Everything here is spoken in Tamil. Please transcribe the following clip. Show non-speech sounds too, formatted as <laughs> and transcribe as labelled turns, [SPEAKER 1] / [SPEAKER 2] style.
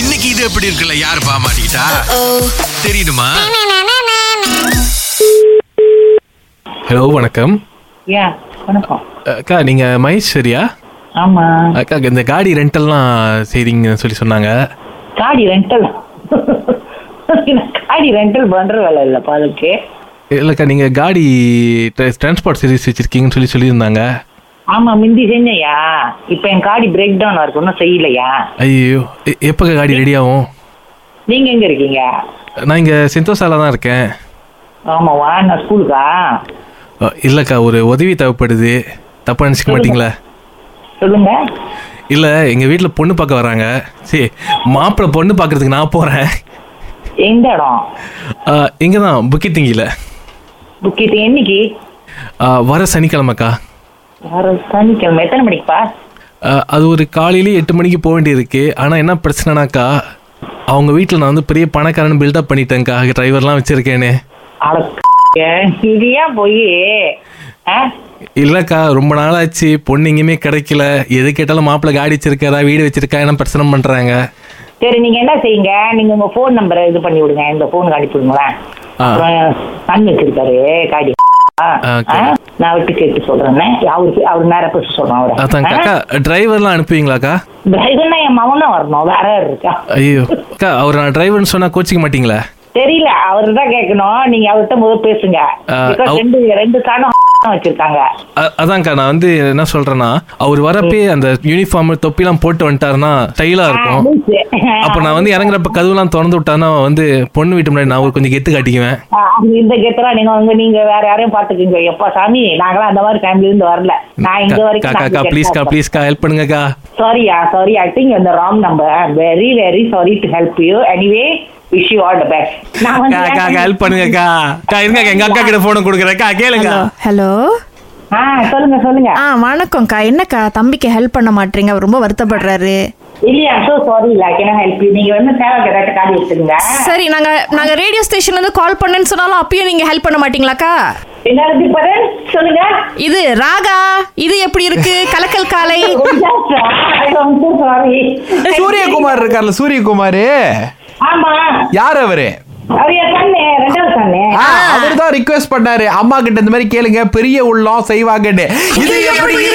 [SPEAKER 1] இன்னைக்கு இது எப்படி இருக்குல்ல யாரு பாமாட்டா தெரியுமா
[SPEAKER 2] ஹலோ வணக்கம்
[SPEAKER 3] யா வணக்கம்
[SPEAKER 2] அக்கா நீங்க மகேஸ்வரியா
[SPEAKER 3] ஆமா
[SPEAKER 2] அக்கா இந்த காடி ரெண்டல்லாம் செய்றீங்கன்னு சொல்லி சொன்னாங்க
[SPEAKER 3] காடி ரெண்டல் காடி ரெண்டல் பண்ற வேலை இல்லப்பா அதுக்கு
[SPEAKER 2] இல்லைக்கா நீங்க காடி டிரான்ஸ்போர்ட் சர்வீஸ் வச்சிருக்கீங்கன்னு சொல்லி சொல்லியிருந்தாங்க
[SPEAKER 3] ஆமா முந்தி செஞ்சையா இப்ப என் காடி பிரேக் டவுன் இருக்கு ஒன்றும் செய்யலையா
[SPEAKER 2] ஐயோ எ- எப்பக்கா காடி ரெடி ஆகும்
[SPEAKER 3] நீங்க எங்க இருக்கீங்க
[SPEAKER 2] நான் இங்க செந்தோசால தான் இருக்கேன்
[SPEAKER 3] ஆமாவா நான் ஸ்கூலுக்கா
[SPEAKER 2] அ, இல்லைக்கா ஒரு உதவி தேவைப்படுது தப்பா நினச்சிக்க மாட்டீங்களா
[SPEAKER 3] சொல்லுங்க
[SPEAKER 2] இல்லை எங்கள் வீட்டில் பொண்ணு பார்க்க வராங்க சரி மாப்பிள்ளை பொண்ணு பார்க்கறதுக்கு நான் போகிறேன்
[SPEAKER 3] எந்த இடம்
[SPEAKER 2] இங்கே தான் புக்கித்திங்கியில்
[SPEAKER 3] புக்கிட்டு என்னைக்கு
[SPEAKER 2] வர சனிக்கிழமைக்கா
[SPEAKER 3] வர சனிக்கிழமை எத்தனை மணிக்குப்பா
[SPEAKER 2] அஹ் அது ஒரு காலையிலேயே எட்டு மணிக்கு போக வேண்டியிருக்கு ஆனால் என்ன பிரச்சனைனாக்கா அவங்க வீட்டில் நான் வந்து பெரிய பணக்காரன் பில்டப் பண்ணிட்டேன்க்கா டிரைவர்லாம் வச்சுருக்கேனே
[SPEAKER 3] அட இது ஏன் போய் ஆ?
[SPEAKER 2] இல்லைக்கா ரொம்ப நாள் ஆச்சு பொண்ணு எங்கேயுமே கிடைக்கல எது கேட்டாலும் மாப்பிள்ளை காடி வச்சிருக்காரா வீடு வச்சிருக்கா என்ன பிரச்சனை பண்ணுறாங்க
[SPEAKER 3] சரி நீங்க என்ன செய்யுங்க நீங்க உங்க ஃபோன் நம்பரை இது பண்ணி விடுங்க இந்த ஃபோனுக்கு அனுப்பி விடுங்களேன்
[SPEAKER 2] ஆ
[SPEAKER 3] அப்புறம் கண் வச்சிருக்காரு காடி ஆ,
[SPEAKER 2] Okay.
[SPEAKER 3] ஆ, நான் விட்டு கேட்டு சொல்றேன் அவருக்கு அவர் நேரம் பேச சொல்றேன்
[SPEAKER 2] அதான்
[SPEAKER 3] அவரை
[SPEAKER 2] அக்கா டிரைவர்லாம் அனுப்புவீங்களாக்கா
[SPEAKER 3] டிரைவர்னா என் மகனும் வரணும் வேற யார் இருக்கா
[SPEAKER 2] ஐயோ அக்கா அவர் நான் டிரைவர்னு சொன்னால் கோச்சிக்க மாட்டீங்களா
[SPEAKER 3] தெரியல அவர்தான் கேட்கணும் நீங்க அவர்கிட்ட முதல் பேசுங்க
[SPEAKER 2] ஆ,
[SPEAKER 3] Because
[SPEAKER 2] அவ-
[SPEAKER 3] ரெண்டு ரெண்டு சாணம் <laughs> வச்சிருக்காங்க
[SPEAKER 2] அ- அதான்க்கா நான் வந்து என்ன சொல்கிறேன்னா அவர் வரப்பே அந்த யூனிஃபார்ம் தொப்பிலாம் போட்டு வந்துட்டாருன்னா ஸ்டைலாக
[SPEAKER 3] ஆ,
[SPEAKER 2] இருக்கும்
[SPEAKER 3] லூசு.
[SPEAKER 2] அப்ப நான் வந்து இறங்குறப்ப கதவுலாம் திறந்து விட்டானா வந்து பொண்ணு வீட்டு முன்னாடி நான் ஒரு கொஞ்சம் கெத்து காட்டிக்குவேன்
[SPEAKER 3] ஆ, இந்த கெத்தரா நீங்க வந்து நீங்க வேற யாரையும் பாத்துக்கீங்க எப்பா சாமி நாங்களாம் அந்த மாதிரி ஃபேமிலி இருந்து வரல நான் இங்க
[SPEAKER 2] கா- கா- கா ப்ளீஸ்க்கா
[SPEAKER 3] வரைக்கும்
[SPEAKER 2] ப்ளீஸ்க்கா ஹெல்ப் பண்ணுங்கக்கா
[SPEAKER 3] சாரியா சாரி ஐ திங்க் இந்த wrong number very very sorry to help you anyway wish you all the best நான்
[SPEAKER 2] கா கா ஹெல்ப் பண்ணுங்கக்கா அக்கா இருங்கக்கா எங்க அக்கா கிட்ட போன கொடுக்குறேக்கா கேளுங்க
[SPEAKER 4] ஹலோ ஹலோ
[SPEAKER 3] ஆ சொல்லுங்க சொல்லுங்க
[SPEAKER 4] ஆ வணக்கம்க்கா என்னக்கா தம்பிக்கு ஹெல்ப் பண்ண மாட்டீங்க அவர் ரொம்ப வருத்தப்படுறாரு
[SPEAKER 3] இல்லையா சோ சாரி இல்ல கேன் ஹெல்ப் யூ நீங்க வந்து தேவை கேட்டாச்சு காடி எடுத்துங்க
[SPEAKER 4] சரி நாங்க நாங்க ரேடியோ ஸ்டேஷன்ல இருந்து கால் பண்ணேன்னு சொன்னாலும் அப்பயும் நீங்க ஹெல்ப் பண்ண மாட்டீங்களாக்கா
[SPEAKER 3] என்ன இருப்பது சொல்லுங்க
[SPEAKER 4] இது ராகா இது எப்படி இருக்கு கலக்கல் காலை
[SPEAKER 3] சாரி
[SPEAKER 5] சூரியகுமார் இருக்கார்ல சூரியகுமார்
[SPEAKER 3] ஆமா
[SPEAKER 5] யார் அவரு
[SPEAKER 3] அவர் என் கண்ணு ரெண்டாவது கண்ணு
[SPEAKER 5] அவர் தான் ரிக்வெஸ்ட் பண்ணாரு அம்மா கிட்ட இந்த மாதிரி கேளுங்க பெரிய உள்ளம் செய்வாங்கன்னு இது எப்படி